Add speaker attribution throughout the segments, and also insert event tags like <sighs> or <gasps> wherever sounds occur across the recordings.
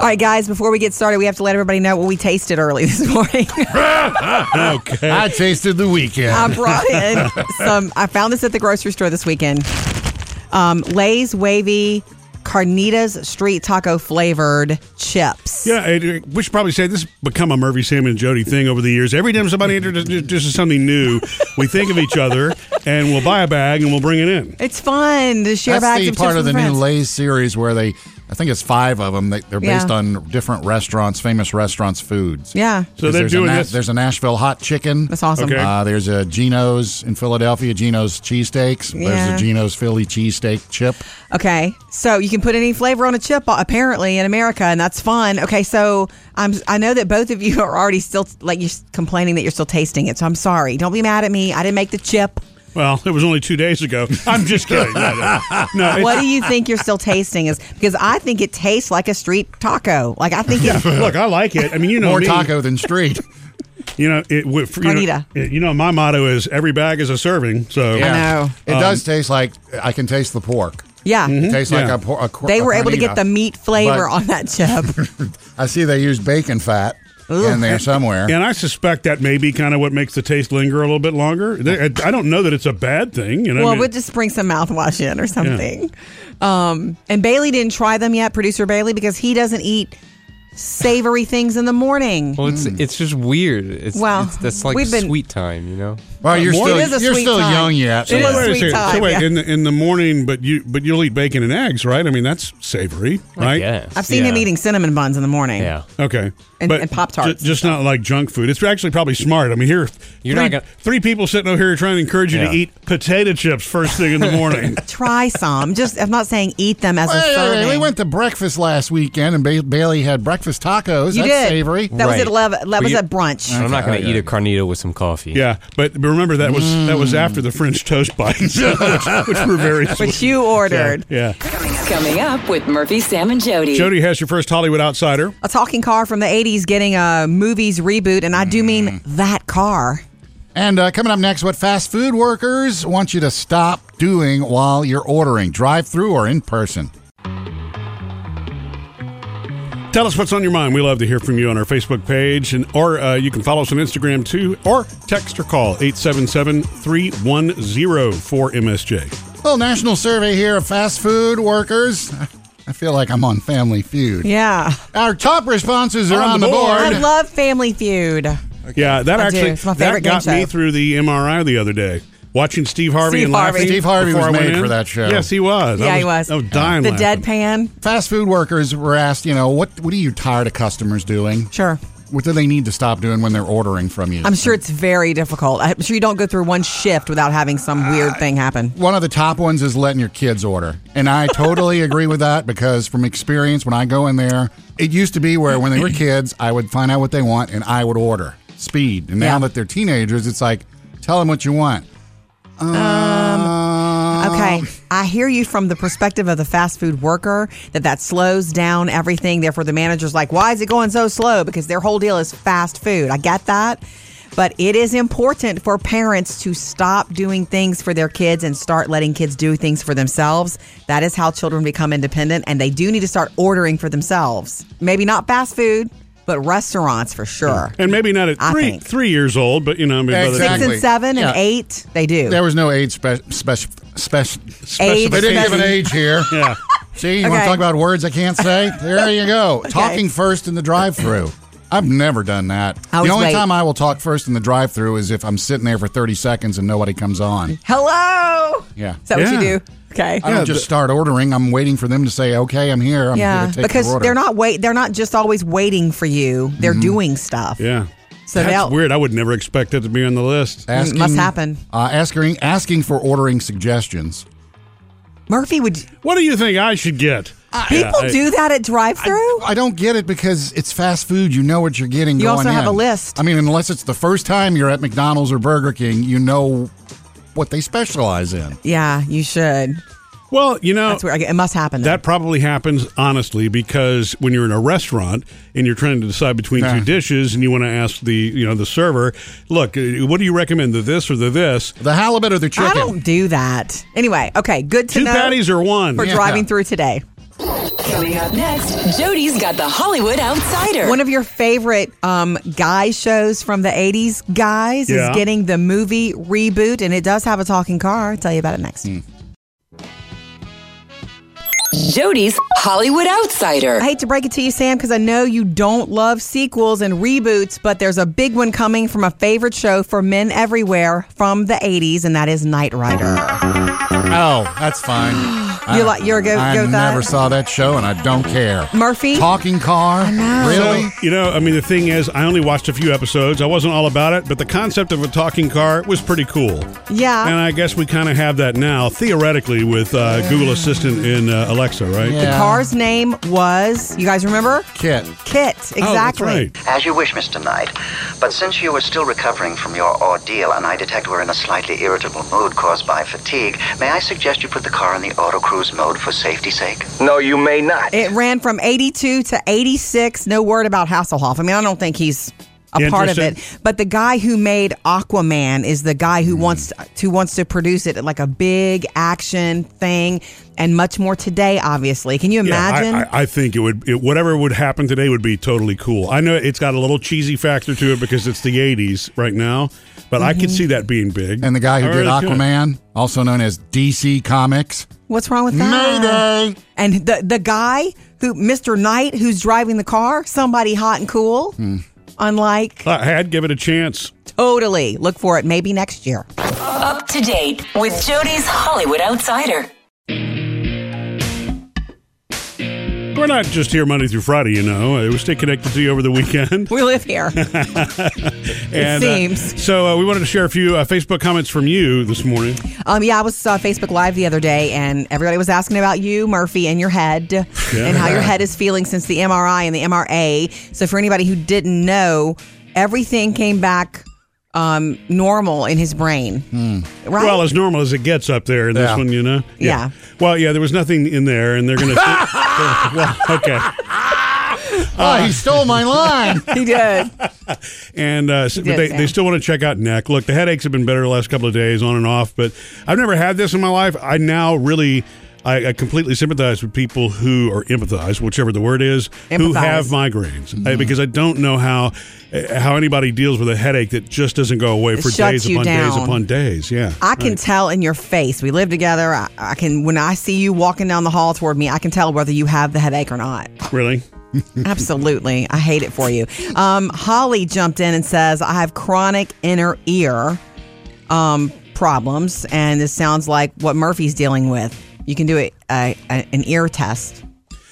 Speaker 1: All right, guys, before we get started, we have to let everybody know what we tasted early <laughs> this morning.
Speaker 2: Okay.
Speaker 3: I tasted the weekend.
Speaker 1: I brought in some, I found this at the grocery store this weekend. Um, Lay's Wavy Carnitas Street Taco flavored chips.
Speaker 2: yeah, it, we should probably say this has become a Murphy, Sam, and Jody thing over the years. Every time somebody introduces something new, we think of each other and we'll buy a bag and we'll bring it in.
Speaker 1: It's fun to share
Speaker 3: That's
Speaker 1: bags
Speaker 3: the
Speaker 1: of
Speaker 3: part
Speaker 1: chips
Speaker 3: of the
Speaker 1: with friends.
Speaker 3: new Lay's series where they, I think it's five of them. They, they're based
Speaker 1: Yeah.
Speaker 3: on different restaurants, famous restaurants' foods.
Speaker 1: Yeah.
Speaker 2: So they're
Speaker 3: there's
Speaker 2: doing
Speaker 3: a
Speaker 2: this-
Speaker 3: There's a Nashville hot chicken.
Speaker 1: That's awesome.
Speaker 2: Okay.
Speaker 3: Uh, there's a Geno's in Philadelphia, Geno's cheesesteaks.
Speaker 1: Yeah.
Speaker 3: There's a Geno's Philly cheesesteak chip.
Speaker 1: Okay, so you can put any flavor on a chip uh, apparently in America, and that's fun. Okay, so I'm I know that both of you <laughs> are already still like you're complaining that you're still tasting it. So I'm sorry. Don't be mad at me. I didn't make the chip.
Speaker 2: Well, it was only two days ago. I'm just kidding. No, no. No, it's-
Speaker 1: What do you think you're still tasting is because I think it tastes like a street taco. Like I think it,
Speaker 2: Look, I like it. I mean, you know
Speaker 3: More
Speaker 2: me.
Speaker 3: taco
Speaker 1: <laughs>
Speaker 3: than street.
Speaker 2: You know, it, w- for- you know,
Speaker 1: Carnita.
Speaker 2: it- you know, my motto is every bag is a serving. So
Speaker 1: know.
Speaker 2: Um,
Speaker 3: It does taste like, I can taste the pork.
Speaker 1: yeah.
Speaker 3: It tastes
Speaker 2: Hmm? Yeah.
Speaker 3: like a, por- a cor-
Speaker 1: They
Speaker 3: a
Speaker 1: were able to
Speaker 3: carnita.
Speaker 1: get the meat flavor
Speaker 3: Mm-hmm. But-
Speaker 1: on that chip.
Speaker 3: I see they use bacon fat in there
Speaker 2: <laughs>
Speaker 3: somewhere.
Speaker 2: And I suspect that may be kind of what makes the taste linger a little bit longer. There- I I don't know that it's a bad thing. You know, I
Speaker 1: Well,
Speaker 2: mean,
Speaker 1: we'll just bring some mouthwash in or something. Um, and Bailey didn't try them yet, producer Bailey, because he doesn't eat savory things in the morning.
Speaker 4: Well, it's it's just weird. It's,
Speaker 1: Mm. Well,
Speaker 4: it's, that's like
Speaker 1: we've been-
Speaker 4: sweet time, you know.
Speaker 3: Well, you're
Speaker 2: Uh, More-
Speaker 3: still,
Speaker 1: It is a
Speaker 3: you're
Speaker 1: sweet
Speaker 3: still
Speaker 1: time.
Speaker 3: young yet.
Speaker 1: It
Speaker 3: so-
Speaker 1: is
Speaker 2: wait a
Speaker 1: sweet
Speaker 2: second.
Speaker 1: time,
Speaker 2: So wait,
Speaker 1: yeah.
Speaker 2: in the in the morning, but you but you'll eat bacon and eggs, right? I mean, that's savory, right?
Speaker 4: Yeah.
Speaker 1: I've seen him
Speaker 4: Yeah.
Speaker 1: eating cinnamon buns in the morning.
Speaker 4: Yeah.
Speaker 2: Okay,
Speaker 1: And-
Speaker 2: but
Speaker 1: and Pop-Tarts
Speaker 2: ju- just not like junk food. It's actually probably smart. I mean, here
Speaker 4: You're
Speaker 2: three,
Speaker 4: not gonna-
Speaker 2: three people sitting over here trying to encourage you
Speaker 4: Yeah.
Speaker 2: to eat potato chips first thing in
Speaker 1: <laughs>
Speaker 2: the morning.
Speaker 1: Try some. Just I'm not saying eat them as
Speaker 3: Hey,
Speaker 1: a
Speaker 3: hey, hey,
Speaker 1: serving.
Speaker 3: we went to breakfast last weekend, and ba- Bailey had breakfast tacos.
Speaker 1: you did.
Speaker 3: That's savory.
Speaker 1: That was
Speaker 4: Right.
Speaker 1: at eleven. That
Speaker 4: But
Speaker 1: was
Speaker 4: you- Oh.
Speaker 1: at brunch.
Speaker 4: I'm not going to
Speaker 3: okay.
Speaker 4: eat a carnita with some coffee.
Speaker 2: yeah, but remember that was that
Speaker 4: Mm.
Speaker 2: was after the French toast bites, <laughs> which, which were very sweet.
Speaker 1: But you ordered
Speaker 2: Yeah,
Speaker 5: Coming up with Murphy, Sam, and Jody.
Speaker 2: Jody has your first Hollywood outsider.
Speaker 1: a talking car from the '80s getting a movies reboot, and I do mean that car.
Speaker 3: And uh, coming up next, what fast food workers want you to stop doing while you're ordering, drive through or in person.
Speaker 2: Tell us what's on your mind. We love to hear from you on our Facebook page, and or uh, you can follow us on Instagram too, or text or call 877-310-4MSJ.
Speaker 3: Little national survey here of fast food workers. <laughs> I feel like I'm on Family Feud.
Speaker 1: Yeah,
Speaker 3: Our top responses are
Speaker 2: On
Speaker 3: on,
Speaker 2: the
Speaker 3: the
Speaker 2: board.
Speaker 3: board.
Speaker 1: I love Family Feud.
Speaker 2: Yeah, that
Speaker 1: I do.
Speaker 2: actually
Speaker 1: It's my
Speaker 2: that
Speaker 1: favorite game
Speaker 2: got me
Speaker 1: show.
Speaker 2: through the MRI the other day. Watching Steve Harvey
Speaker 1: Steve
Speaker 2: and
Speaker 1: Harvey.
Speaker 2: laughing.
Speaker 3: Steve Harvey was
Speaker 2: before I went
Speaker 3: made
Speaker 2: in.
Speaker 3: for that show.
Speaker 2: Yes, he was. I
Speaker 1: yeah, he was.
Speaker 2: I was dying.
Speaker 1: the
Speaker 2: laughing.
Speaker 1: deadpan.
Speaker 3: <laughs> Fast food workers were asked, you know, what what are you tired of customers doing?
Speaker 1: Sure.
Speaker 3: What do they need to stop doing when they're ordering from you?
Speaker 1: I'm sure it's very difficult. I'm sure you don't go through one shift without having some weird thing happen.
Speaker 3: one of the top ones is letting your kids order. And I totally agree with that because from experience, when I go in there, it used to be where when they were kids, I would find out what they want and I would order speed. And now
Speaker 1: Yeah.
Speaker 3: that they're teenagers, it's like, tell them what you want. Um,
Speaker 1: Okay, I hear you from the perspective of the fast food worker that that slows down everything. Therefore, the manager's like, "Why is it going so slow?" Because their whole deal is fast food. I get that, but it is important for parents to stop doing things for their kids and start letting kids do things for themselves. That is how children become independent, and they do need to start ordering for themselves. Maybe not fast food, but restaurants for sure.
Speaker 2: And maybe not at
Speaker 1: I
Speaker 2: three
Speaker 1: think.
Speaker 2: three years old, but you know, I mean, by the
Speaker 1: Six
Speaker 2: time-
Speaker 3: Exactly.
Speaker 1: and seven and
Speaker 3: Yeah.
Speaker 1: eight, they do.
Speaker 3: There was no age special. Spec- spec-
Speaker 1: Age
Speaker 3: they didn't give an
Speaker 1: specific-
Speaker 3: age here.
Speaker 2: <laughs> Yeah.
Speaker 3: See, you want
Speaker 1: Okay.
Speaker 3: to talk about words I can't say?
Speaker 1: <laughs>
Speaker 3: There you go. Talking first in the drive-through. I've never done that.
Speaker 1: I
Speaker 3: the
Speaker 1: always
Speaker 3: only
Speaker 1: wait.
Speaker 3: time I will talk first in the drive-through is if I'm sitting there for 30 seconds and nobody comes on.
Speaker 1: Hello.
Speaker 3: Yeah.
Speaker 1: Is that what
Speaker 2: Yeah.
Speaker 1: you do? Okay.
Speaker 3: I don't just start ordering. I'm waiting for them to say, "Okay, I'm here. I'm
Speaker 1: yeah,
Speaker 3: here to take
Speaker 1: because
Speaker 3: your order."
Speaker 1: they're not wait. They're not just always waiting for you. They're doing stuff.
Speaker 2: Mm-hmm. Yeah.
Speaker 1: So
Speaker 2: That's
Speaker 1: they'll-
Speaker 2: weird. I would never expect it to be on the list.
Speaker 3: asking,
Speaker 1: mm, must happen.
Speaker 3: Uh, asking asking for ordering suggestions.
Speaker 1: Murphy would
Speaker 2: What do you think I should get?
Speaker 1: people
Speaker 2: I-
Speaker 1: do that at drive-through?
Speaker 3: I don't get it because it's fast food. You know what you're getting.
Speaker 1: You
Speaker 3: going
Speaker 1: also have
Speaker 3: in.
Speaker 1: a list.
Speaker 3: I mean, unless it's the first time you're at McDonald's or Burger King, you know what they specialize in.
Speaker 1: yeah, you should.
Speaker 2: Well, you know,
Speaker 1: That's where it must happen.
Speaker 2: Oh. That probably happens honestly because when you're in a restaurant and you're trying to decide between
Speaker 3: Yeah.
Speaker 2: two dishes and you want to ask the you know the server, look, uh, what do you recommend the this or the this?
Speaker 3: The halibut or the chicken.
Speaker 1: I don't do that. Anyway, okay, good to
Speaker 2: Two
Speaker 1: know
Speaker 2: patties or one?
Speaker 1: for
Speaker 3: Yeah.
Speaker 1: driving through today.
Speaker 5: Coming up next, Jody's got the Hollywood Outsider.
Speaker 1: One of your favorite um, guy shows from the 80s, guys,
Speaker 2: Yeah.
Speaker 1: is getting the movie reboot, and it does have a talking car. I'll tell you about it
Speaker 2: Hmm.
Speaker 1: next.
Speaker 5: Jody's Hollywood Outsider.
Speaker 1: I hate to break it to you, Sam, because I know you don't love sequels and reboots, but there's a big one coming from a favorite show for men everywhere from the 80s, and that is Knight Rider.
Speaker 3: Oh, that's fine. I-
Speaker 1: <gasps> You like- you're a go-
Speaker 3: I
Speaker 1: go with that?
Speaker 3: never saw that show, and I don't care.
Speaker 1: Murphy?
Speaker 3: talking car, really?
Speaker 2: You know, I mean, the thing is, I only watched a few episodes. I wasn't all about it, but the concept of a talking car was pretty cool.
Speaker 1: Yeah.
Speaker 2: And I guess we kind of have that now, theoretically, with uh, Google Assistant in uh, Alexa, right?
Speaker 1: The
Speaker 3: Yeah.
Speaker 1: car's name was, you guys remember?
Speaker 3: Kit,
Speaker 1: Kit. Exactly.
Speaker 2: Oh, that's right.
Speaker 6: As you wish, Mr. Knight. But since you are still recovering from your ordeal, and I detect we're in a slightly irritable mood caused by fatigue, may I suggest you put the car in the auto cruise mode for safety's sake?
Speaker 7: No, you may not.
Speaker 1: It ran from 82 to 86. No word about Hasselhoff. I mean, I don't think he's a part of
Speaker 2: Interested?
Speaker 1: it. But the guy who made Aquaman is the guy
Speaker 2: Hmm.
Speaker 1: who wants to wants to produce it like a big action thing and much more today obviously. Can you imagine?
Speaker 2: Yeah, I- I, I think it would. It, whatever would happen today would be totally cool. I know it's got a little cheesy factor to it because it's the '80s right now, but I
Speaker 1: Mm-hmm.
Speaker 2: could see that being big.
Speaker 3: and the guy who
Speaker 2: I
Speaker 3: did
Speaker 2: really could.
Speaker 3: Aquaman, also known as DC Comics.
Speaker 1: What's wrong with that?
Speaker 3: Mayday.
Speaker 1: And the the guy who Mr. Knight who's driving the car, somebody hot and cool. Unlike
Speaker 2: I Uh, had give it a chance.
Speaker 1: totally. Look for it maybe next year. <laughs>
Speaker 5: Up to date with Jody's Hollywood Outsider.
Speaker 2: We're not just here Monday through Friday, you know. Uh, We stay connected to you over
Speaker 1: <laughs>
Speaker 2: the weekend.
Speaker 1: We live here.
Speaker 2: And, uh,
Speaker 1: seems.
Speaker 2: so uh, we wanted to share a few uh, Facebook comments from you this morning.
Speaker 1: Um, yeah, I was uh, Facebook Live the other day, and everybody was asking about you, Murphy, and your head, and how your head is feeling since the MRI and the MRA. So, for anybody who didn't know, everything came back um, normal in his brain. Right?
Speaker 2: Well, as normal as it gets up there in this
Speaker 3: Yeah.
Speaker 2: one, you know.
Speaker 1: Yeah.
Speaker 2: Well, yeah, there was nothing in there, and they're
Speaker 3: <laughs>
Speaker 2: gonna. <laughs> well, okay.
Speaker 3: Oh, he stole
Speaker 1: <laughs>
Speaker 3: my line.
Speaker 1: <laughs> he did.
Speaker 2: And uh, s- but
Speaker 1: did,
Speaker 2: they,
Speaker 1: Sam.
Speaker 2: they still want to check out neck. Look, the headaches have been better the last couple of days, on and off. But I've never had this in my life. I now really, I, I completely sympathize with people who or empathize, whichever the word is, who
Speaker 1: Empathize. Mm-hmm.
Speaker 2: have migraines I- because I don't know how uh, how anybody deals with a headache that just doesn't go away for
Speaker 1: shuts
Speaker 2: days
Speaker 1: you
Speaker 2: upon
Speaker 1: down.
Speaker 2: days upon days. Yeah,
Speaker 1: I can tell in your face. We live together. I, I can when I see you walking down the hall toward me, I can tell whether you have the headache or not.
Speaker 2: really.
Speaker 1: Absolutely. I hate it for you. Um, Holly jumped in and says, I have chronic inner ear um, problems, and this sounds like what Murphy's dealing with. You can do a, a, a- an ear test,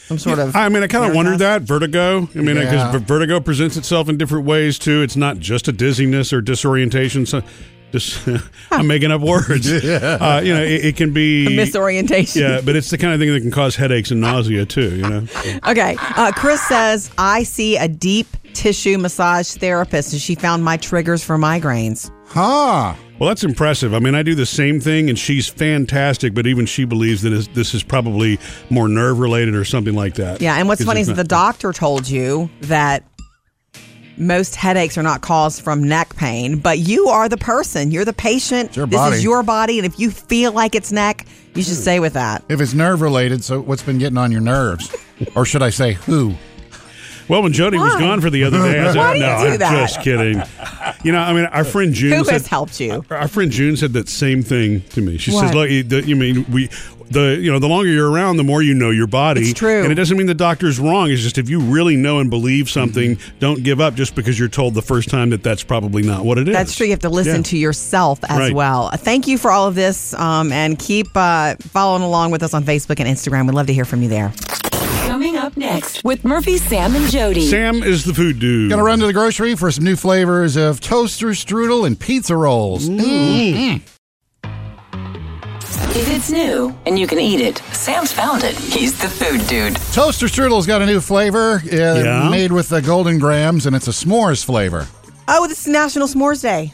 Speaker 1: some sort of.
Speaker 2: I mean, I kind
Speaker 1: ear
Speaker 2: of wondered
Speaker 1: test.
Speaker 2: that vertigo. I mean, because
Speaker 3: Yeah.
Speaker 2: vertigo presents itself in different ways too. It's not just a dizziness or disorientation. So, just <laughs> I'm making up words. uh, you know, it, it can be
Speaker 1: A misorientation.
Speaker 2: Yeah, but it's the kind of thing that can cause headaches and nausea too. You know,
Speaker 1: <laughs> Okay. Uh, Chris says, I see a deep tissue massage therapist, and she found my triggers for migraines.
Speaker 3: Huh.
Speaker 2: well, that's impressive. I mean, I do the same thing, and she's fantastic. But even she believes that is- this is probably more nerve related or something like that.
Speaker 1: Yeah, and what's
Speaker 2: Because
Speaker 1: funny is
Speaker 2: it's
Speaker 1: that the
Speaker 2: not-
Speaker 1: doctor told you that most headaches are not caused from neck pain, but you are the person. You're the patient.
Speaker 3: your
Speaker 1: this
Speaker 3: body.
Speaker 1: is your body, and if you feel like it's neck, you should stay with that.
Speaker 3: If it's nerve related, so what's been getting on your nerves? Or should I say who?
Speaker 2: Well, when Jody was
Speaker 1: Why?
Speaker 2: gone for the other day, I said,
Speaker 1: Why do you
Speaker 2: "No,
Speaker 1: do
Speaker 2: I'm
Speaker 1: that?"
Speaker 2: just kidding." You know, I mean, our friend June
Speaker 1: Who
Speaker 2: said,
Speaker 1: has helped you?
Speaker 2: Our friend June said that same thing to me. She
Speaker 1: What?
Speaker 2: says, "Look, you, the, you mean we." The you know the longer you're around, the more you know your body.
Speaker 1: It's true.
Speaker 2: and it doesn't mean the doctor's wrong. It's just if you really know and believe something,
Speaker 1: Mm-hmm.
Speaker 2: don't give up just because you're told the first time that that's probably not what it is.
Speaker 1: That's true. You have to listen
Speaker 2: Yeah.
Speaker 1: to yourself as
Speaker 2: Right.
Speaker 1: well. Thank you for all of this, um, and keep uh, following along with us on Facebook and Instagram. We'd love to hear from you there.
Speaker 5: Coming up next with Murphy, Sam, and Jody.
Speaker 2: Sam is the food dude.
Speaker 3: Gonna run to the grocery for some new flavors of toaster strudel and pizza rolls.
Speaker 5: If it's new and you can eat it, Sam's found it. He's the food dude.
Speaker 3: Toaster strudel's got a new flavor uh,
Speaker 2: Yeah?
Speaker 3: made with the golden grams, and it's a s'mores flavor.
Speaker 1: Oh, this is National S'mores Day.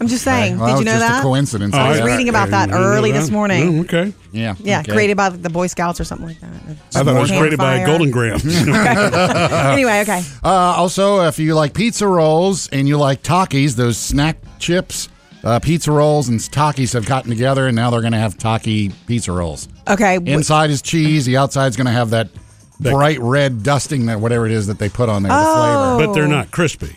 Speaker 1: I'm just saying.
Speaker 3: Well,
Speaker 1: Did you
Speaker 3: that
Speaker 1: know
Speaker 3: was just
Speaker 1: that?
Speaker 3: a coincidence.
Speaker 1: I was
Speaker 3: guess.
Speaker 1: reading about that
Speaker 2: I didn't know
Speaker 1: early
Speaker 2: that.
Speaker 1: this morning.
Speaker 2: Mm, okay,
Speaker 3: Yeah.
Speaker 1: Yeah,
Speaker 3: okay.
Speaker 1: created by the Boy Scouts or something like that.
Speaker 2: I thought it was created by
Speaker 1: Campfire.
Speaker 2: Golden <laughs> Grams.
Speaker 1: <laughs> anyway, okay.
Speaker 3: Uh, also, if you like pizza rolls and you like Takis, those snack chips, uh, pizza rolls and Takis have gotten together, and now they're going to have Taki pizza rolls.
Speaker 1: Okay. w-
Speaker 3: Inside is cheese, the outside's going to have that bright red dusting that whatever it is that they put on there,
Speaker 1: Oh.
Speaker 3: the flavor.
Speaker 2: but they're not crispy.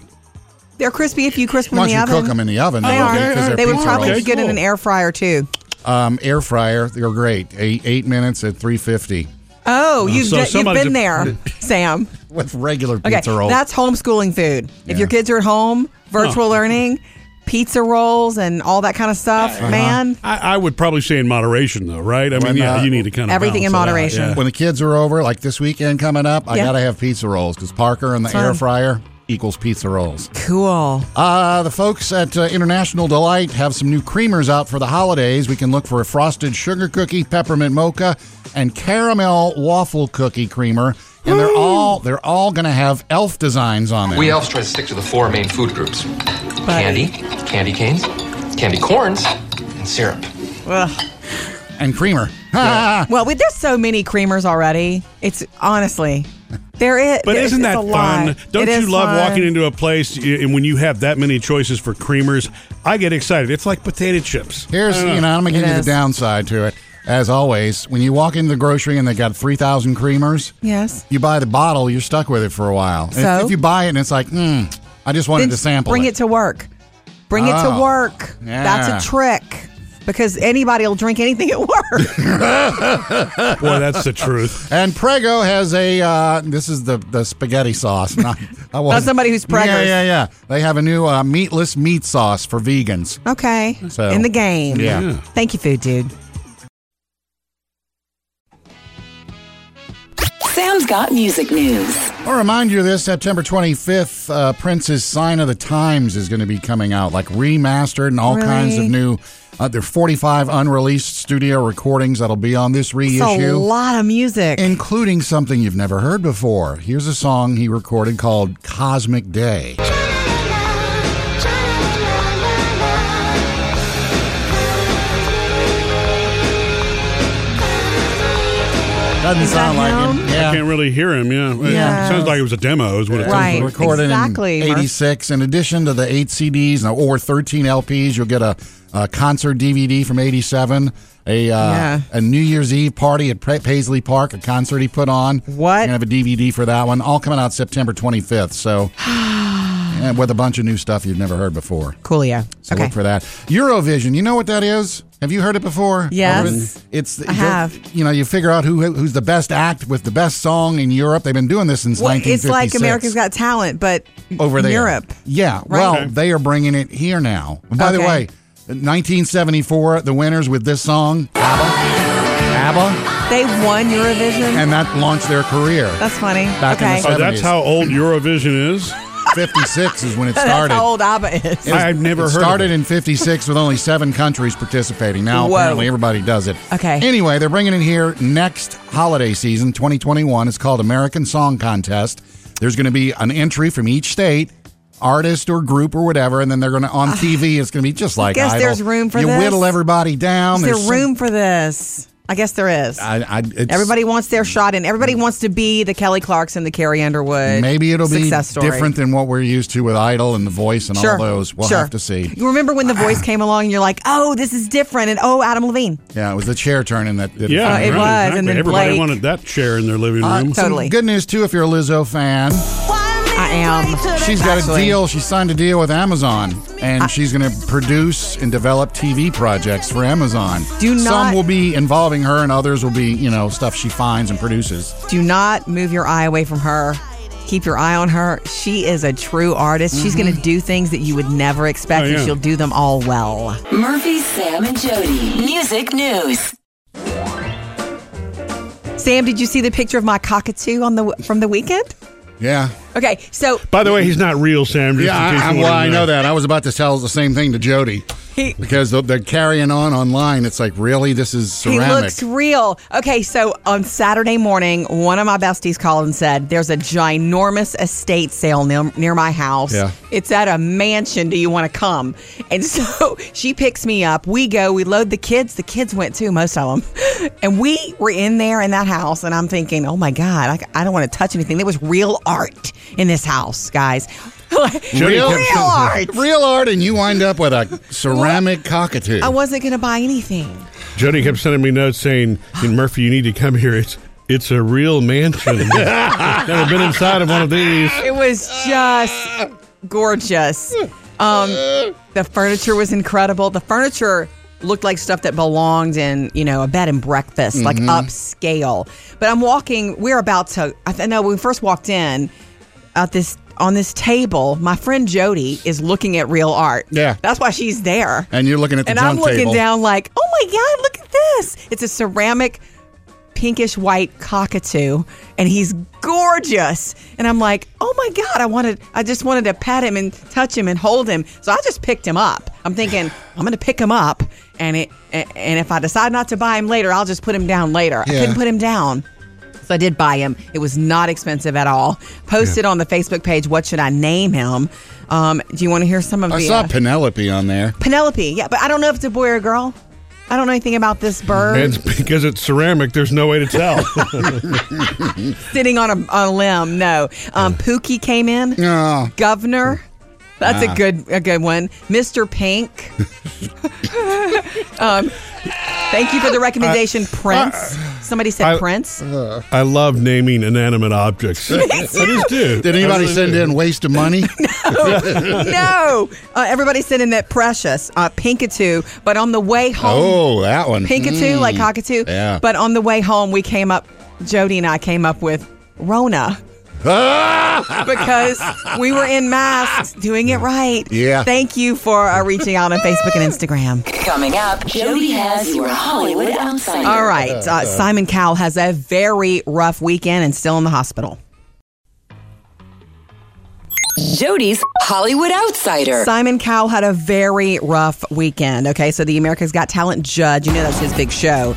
Speaker 1: They're crispy if you crisp them in
Speaker 3: Once
Speaker 1: the
Speaker 3: you
Speaker 1: oven.
Speaker 3: cook them in the oven,
Speaker 1: they
Speaker 3: they'll
Speaker 1: are.
Speaker 3: be- 'cause they're
Speaker 1: they would
Speaker 3: pizza
Speaker 1: probably
Speaker 3: rolls.
Speaker 1: be good in an air fryer too.
Speaker 3: um, air fryer. They're great. Eight, eight minutes at 350
Speaker 1: Oh, you've,
Speaker 2: Uh, so
Speaker 1: d- you've
Speaker 2: somebody's
Speaker 1: been
Speaker 2: a- <laughs>
Speaker 1: there, Sam.
Speaker 3: with regular
Speaker 1: Okay,
Speaker 3: pizza rolls.
Speaker 1: that's homeschooling food. If your
Speaker 3: Yeah.
Speaker 1: kids are at home,
Speaker 2: Oh.
Speaker 1: virtual learning, pizza rolls, and all that kind of stuff,
Speaker 2: Uh-huh.
Speaker 1: man.
Speaker 2: I, I would probably say in moderation, though, right? I mean,
Speaker 3: When,
Speaker 2: yeah,
Speaker 3: uh,
Speaker 2: you need to kind of
Speaker 1: Everything in
Speaker 2: balance it out,
Speaker 1: moderation.
Speaker 2: yeah.
Speaker 3: when the kids are over, like this weekend coming up, I
Speaker 1: Yeah.
Speaker 3: gotta have pizza rolls because Parker and the air
Speaker 1: fun.
Speaker 3: fryer equals pizza rolls.
Speaker 1: Cool.
Speaker 3: Uh, the folks at uh, International Delight have some new creamers out for the holidays. We can look for a frosted sugar cookie, peppermint mocha, and caramel waffle cookie creamer, and they're all they're all going to have elf designs on them.
Speaker 7: We elves try to stick to the four main food groups candy, candy canes, candy corns, and syrup.
Speaker 1: Ugh.
Speaker 3: and creamer. <laughs>
Speaker 1: Well, we, there's so many creamers already. It's honestly, there is.
Speaker 2: But
Speaker 1: there's- it's
Speaker 2: isn't that
Speaker 1: a
Speaker 2: fun?
Speaker 1: lot. It
Speaker 2: Don't you
Speaker 1: is
Speaker 2: love
Speaker 1: fun.
Speaker 2: walking into a place y- and when you have that many choices for creamers? I get excited. It's like potato chips.
Speaker 3: Here's you know I'm going to give
Speaker 1: It
Speaker 3: you
Speaker 1: is.
Speaker 3: the downside to it. As always, when you walk into the grocery and they got three thousand creamers,
Speaker 1: Yes.
Speaker 3: you buy the bottle, you're stuck with it for a while. And if-
Speaker 1: So?
Speaker 3: if, you buy it and it's like, hmm, I just wanted
Speaker 1: Then
Speaker 3: to sample
Speaker 1: bring it to work. Bring it to
Speaker 3: Oh,
Speaker 1: work. That's a
Speaker 3: yeah.
Speaker 1: trick because anybody will drink anything at
Speaker 3: <laughs>
Speaker 1: work.
Speaker 2: Boy, that's the truth.
Speaker 3: And Prego has a. Uh, this is the the spaghetti sauce.
Speaker 1: <laughs>
Speaker 3: Not, I wasn't-
Speaker 1: somebody who's Preggers.
Speaker 3: Yeah, yeah, yeah. They have a new uh, meatless meat sauce for vegans.
Speaker 1: okay.
Speaker 3: So-
Speaker 1: In the game.
Speaker 3: Yeah. Yeah.
Speaker 1: Thank you, food dude.
Speaker 5: Sam's got music news.
Speaker 3: I'll remind you this September 25th, uh, Prince's Sign of the Times is going to be coming out, like remastered and all
Speaker 1: Really?
Speaker 3: kinds of new. Uh, there are 45 unreleased studio recordings that'll be on this
Speaker 1: It's
Speaker 3: reissue.
Speaker 1: a lot of music.
Speaker 3: including something you've never heard before. Here's a song he recorded called Cosmic Day. Doesn't sound like him. <laughs> Yeah.
Speaker 2: Can't really hear him. Yeah. It
Speaker 1: Yeah.
Speaker 2: sounds like it was a demo. Is what it
Speaker 1: Right.
Speaker 2: sounds like.
Speaker 3: Recorded
Speaker 1: Exactly,
Speaker 3: in
Speaker 1: Murph.
Speaker 3: 86. In addition to the eight CDs and- or 13 LPs, you'll get a, a concert DVD from 87, a, uh,
Speaker 1: Yeah.
Speaker 3: a New Year's Eve party at Pa- Paisley Park, a concert he put on.
Speaker 1: What?
Speaker 3: You're gonna have a DVD for that one, all coming out September 25th.
Speaker 1: <sighs>
Speaker 3: So, and with a bunch of new stuff you've never heard before.
Speaker 1: Coolio.
Speaker 3: So
Speaker 1: okay.
Speaker 3: look for that. Eurovision. You know what that is? Have you heard it before?
Speaker 1: Yes.
Speaker 3: It's
Speaker 1: I have.
Speaker 3: You know, you figure out who who's the best act with the best song in Europe. They've been doing this since
Speaker 1: Well,
Speaker 3: 1956.
Speaker 1: it's like America's Got Talent, but
Speaker 3: over there.
Speaker 1: Europe.
Speaker 3: Yeah.
Speaker 1: Right.
Speaker 3: Well,
Speaker 1: Okay.
Speaker 3: they are bringing it here now. By the
Speaker 1: Okay.
Speaker 3: way, 1974, the winners with this song,
Speaker 1: <laughs>
Speaker 3: ABBA, ABBA,
Speaker 1: They won Eurovision.
Speaker 3: and that launched
Speaker 1: <laughs>
Speaker 3: their career.
Speaker 1: That's funny.
Speaker 3: Back in
Speaker 1: okay.
Speaker 3: the
Speaker 2: Oh, that's
Speaker 3: 70s.
Speaker 2: how old Eurovision is.
Speaker 3: 56 is when it
Speaker 1: <laughs>
Speaker 3: started.
Speaker 1: That's how old ABBA is.
Speaker 3: It was-
Speaker 2: I've
Speaker 3: it
Speaker 2: never heard of
Speaker 3: Started
Speaker 2: it.
Speaker 3: in '56 with only seven countries participating. Now
Speaker 1: Whoa.
Speaker 3: apparently everybody does it.
Speaker 1: Okay.
Speaker 3: Anyway, they're bringing it here next holiday season, 2021. It's called American Song Contest. There's going to be an entry from each state. Artist or group or whatever, and then they're going to on TV. It's going to be just like
Speaker 1: guess
Speaker 3: Idol.
Speaker 1: there's room for
Speaker 3: you
Speaker 1: this.
Speaker 3: whittle everybody down.
Speaker 1: Is there
Speaker 3: There's some-
Speaker 1: room for this? I guess there is.
Speaker 3: I, I, it's-
Speaker 1: everybody wants their shot, and everybody wants to be the Kelly Clarkson, the Carrie Underwood.
Speaker 3: Maybe it'll be
Speaker 1: success story.
Speaker 3: different than what we're used to with Idol and The Voice and
Speaker 1: Sure.
Speaker 3: all those. We'll
Speaker 1: sure.
Speaker 3: have to see.
Speaker 1: You remember when The Voice came along, and you're like, "Oh, this is different," and "Oh, Adam Levine."
Speaker 3: Yeah, it was the chair turning that. Did
Speaker 1: Uh,
Speaker 2: Yeah,
Speaker 1: it
Speaker 2: right,
Speaker 1: was,
Speaker 2: exactly.
Speaker 1: and then
Speaker 2: everybody
Speaker 1: Blake-
Speaker 2: wanted that chair in their living room.
Speaker 3: Uh, some
Speaker 1: Oh, Totally.
Speaker 3: Good news too, if you're a Lizzo fan,
Speaker 1: I am.
Speaker 3: she's got a
Speaker 1: Actually.
Speaker 3: deal. She signed a deal with Amazon, and she's going to produce and develop TV projects for Amazon.
Speaker 1: Do not-
Speaker 3: Some will be involving her, and others will be, you know, stuff she finds and produces.
Speaker 1: Do not move your eye away from her. Keep your eye on her. She is a true artist. She's going to
Speaker 3: Mm-hmm.
Speaker 1: do things that you would never expect,
Speaker 2: Oh,
Speaker 1: and
Speaker 2: yeah.
Speaker 1: she'll do them all well.
Speaker 5: Murphy, Sam, and Jody. Music news.
Speaker 1: Sam, did you see the picture of my cockatoo on the from the weekend?
Speaker 3: Yeah,
Speaker 1: Okay, so
Speaker 2: By the way, he's not real, Sam. Just
Speaker 3: yeah.
Speaker 2: in case
Speaker 3: I, I,
Speaker 2: you
Speaker 3: well,
Speaker 2: wanted
Speaker 3: I
Speaker 2: to
Speaker 3: know that. I was about to tell the same thing to Jody
Speaker 1: he
Speaker 3: because they're- they're carrying on online. It's like, really, this is
Speaker 1: he
Speaker 3: ceramic.
Speaker 1: looks real. Okay, so on Saturday morning, one of my besties called and said, "There's a ginormous estate sale near, near my house.
Speaker 3: Yeah.
Speaker 1: It's at a mansion. Do you want to come?" And <laughs> so she picks me up. We go. We load the kids. The kids went too, most of them. <laughs> And we were in there in that house, and I'm thinking, "Oh my god, I, I don't want to touch anything." There was real art in this house, guys. <laughs> real
Speaker 3: kept-
Speaker 1: art.
Speaker 3: real art, and you wind up with a ceramic cockatoo.
Speaker 1: I wasn't going to buy anything.
Speaker 2: Jody kept sending me notes saying, "Murphy, you need to come here. It's
Speaker 8: It's a real
Speaker 3: <laughs>
Speaker 8: mansion. Never been inside of one of these.
Speaker 1: It was just gorgeous. Um, the furniture was incredible. The furniture looked like stuff that belonged in, you know, a bed and breakfast, like
Speaker 3: Mm-hmm.
Speaker 1: upscale. But I'm walking. We're about to. I th- no, when we first walked in, at this on this table, my friend Jody is looking at real art.
Speaker 3: Yeah.
Speaker 1: that's why she's there.
Speaker 3: And you're looking at the
Speaker 1: and I'm
Speaker 3: junk
Speaker 1: looking
Speaker 3: table.
Speaker 1: down like, oh my god, look at this! It's a ceramic pinkish white cockatoo and he's gorgeous and i'm like oh my god i wanted i just wanted to pet him and touch him and hold him so i just picked him up i'm thinking i'm gonna pick him up and it and and if i decide not to buy him later i'll just put him down later i
Speaker 3: Yeah.
Speaker 1: couldn't put him down so I did buy him. It was not expensive at all. Posted on the Facebook page, what should I name him? Um, do you want to hear some of
Speaker 3: I
Speaker 1: the
Speaker 3: saw
Speaker 1: uh,
Speaker 3: Penelope on there.
Speaker 1: Penelope? Yeah, but I don't know if it's a boy or a girl. I don't know anything about this bird.
Speaker 8: And it's because it's ceramic, there's no way to tell.
Speaker 1: sitting on a, on a limb. No, um, Pookie came in.
Speaker 3: Oh,
Speaker 1: Governor, that's
Speaker 3: Ah.
Speaker 1: a good a good one. Mister
Speaker 3: <laughs>
Speaker 1: Pink. um, thank you for the recommendation, Prince. Somebody said
Speaker 8: I- <laughs>
Speaker 1: Prince.
Speaker 3: uh,
Speaker 8: I love naming inanimate objects. <laughs> I just do.
Speaker 3: did anybody send in waste
Speaker 1: <laughs>
Speaker 3: of money?
Speaker 1: no, uh, everybody said in that Precious uh, Pinkatoo. But on the way home,
Speaker 3: oh, that one.
Speaker 1: Pinkatoo
Speaker 3: Mm.
Speaker 1: like cockatoo.
Speaker 3: Yeah.
Speaker 1: But on the way home, we came up. Jody and I came up with Rona.
Speaker 3: Ah!
Speaker 1: because we were in masks doing it right.
Speaker 3: Yeah.
Speaker 1: Thank you for uh, reaching out on Facebook and Instagram.
Speaker 5: Coming up, Jody has your Hollywood outsider.
Speaker 1: All right. Uh, Simon Cowell has a very rough weekend and still in the hospital.
Speaker 5: Jody's Hollywood outsider.
Speaker 1: Simon Cowell had a very rough weekend. Okay. So the America's Got Talent judge, you know, that's his big show.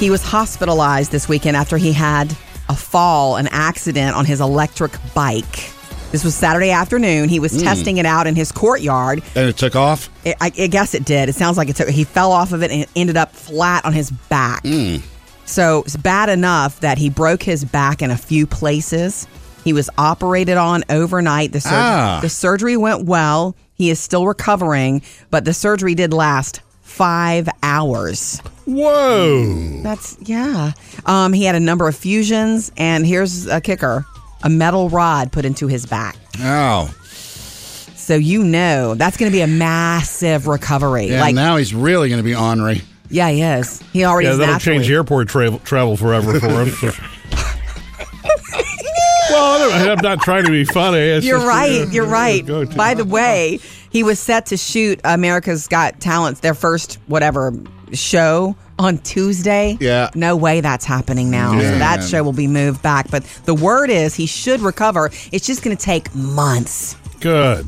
Speaker 1: He was hospitalized this weekend after he had a fall, an accident on his electric bike. This was Saturday afternoon. He was testing it out in his courtyard.
Speaker 3: and it took off.
Speaker 1: It, I, I guess it did. It sounds like it took. He fell off of it and ended up flat on his back.
Speaker 3: Hmm.
Speaker 1: So it's bad enough that he broke his back in a few places. He was operated on overnight. The, surg-
Speaker 3: Ah.
Speaker 1: the surgery went well. He is still recovering, but the surgery did last five hours.
Speaker 8: Whoa.
Speaker 1: That's yeah. Um, he had a number of fusions, and here's a kicker: a metal rod put into his back.
Speaker 3: Oh,
Speaker 1: So you know that's going to be a massive recovery.
Speaker 3: yeah.
Speaker 1: like
Speaker 3: now he's really going to be ornery.
Speaker 1: Yeah, he is. He already
Speaker 8: Yeah,
Speaker 1: is
Speaker 8: that'll
Speaker 1: naturally.
Speaker 8: change airport travel travel forever for him. <laughs> well, I don't- I'm not trying to be funny. It's
Speaker 1: You're
Speaker 8: just-
Speaker 1: right. You're right.
Speaker 8: Go to-
Speaker 1: By the way, he was set to shoot America's Got Talent, their first whatever show on Tuesday.
Speaker 3: Yeah.
Speaker 1: No way that's happening now. So that
Speaker 3: Yeah.
Speaker 1: show will be moved back. But the word is he should recover. It's just going to take months.
Speaker 8: Good.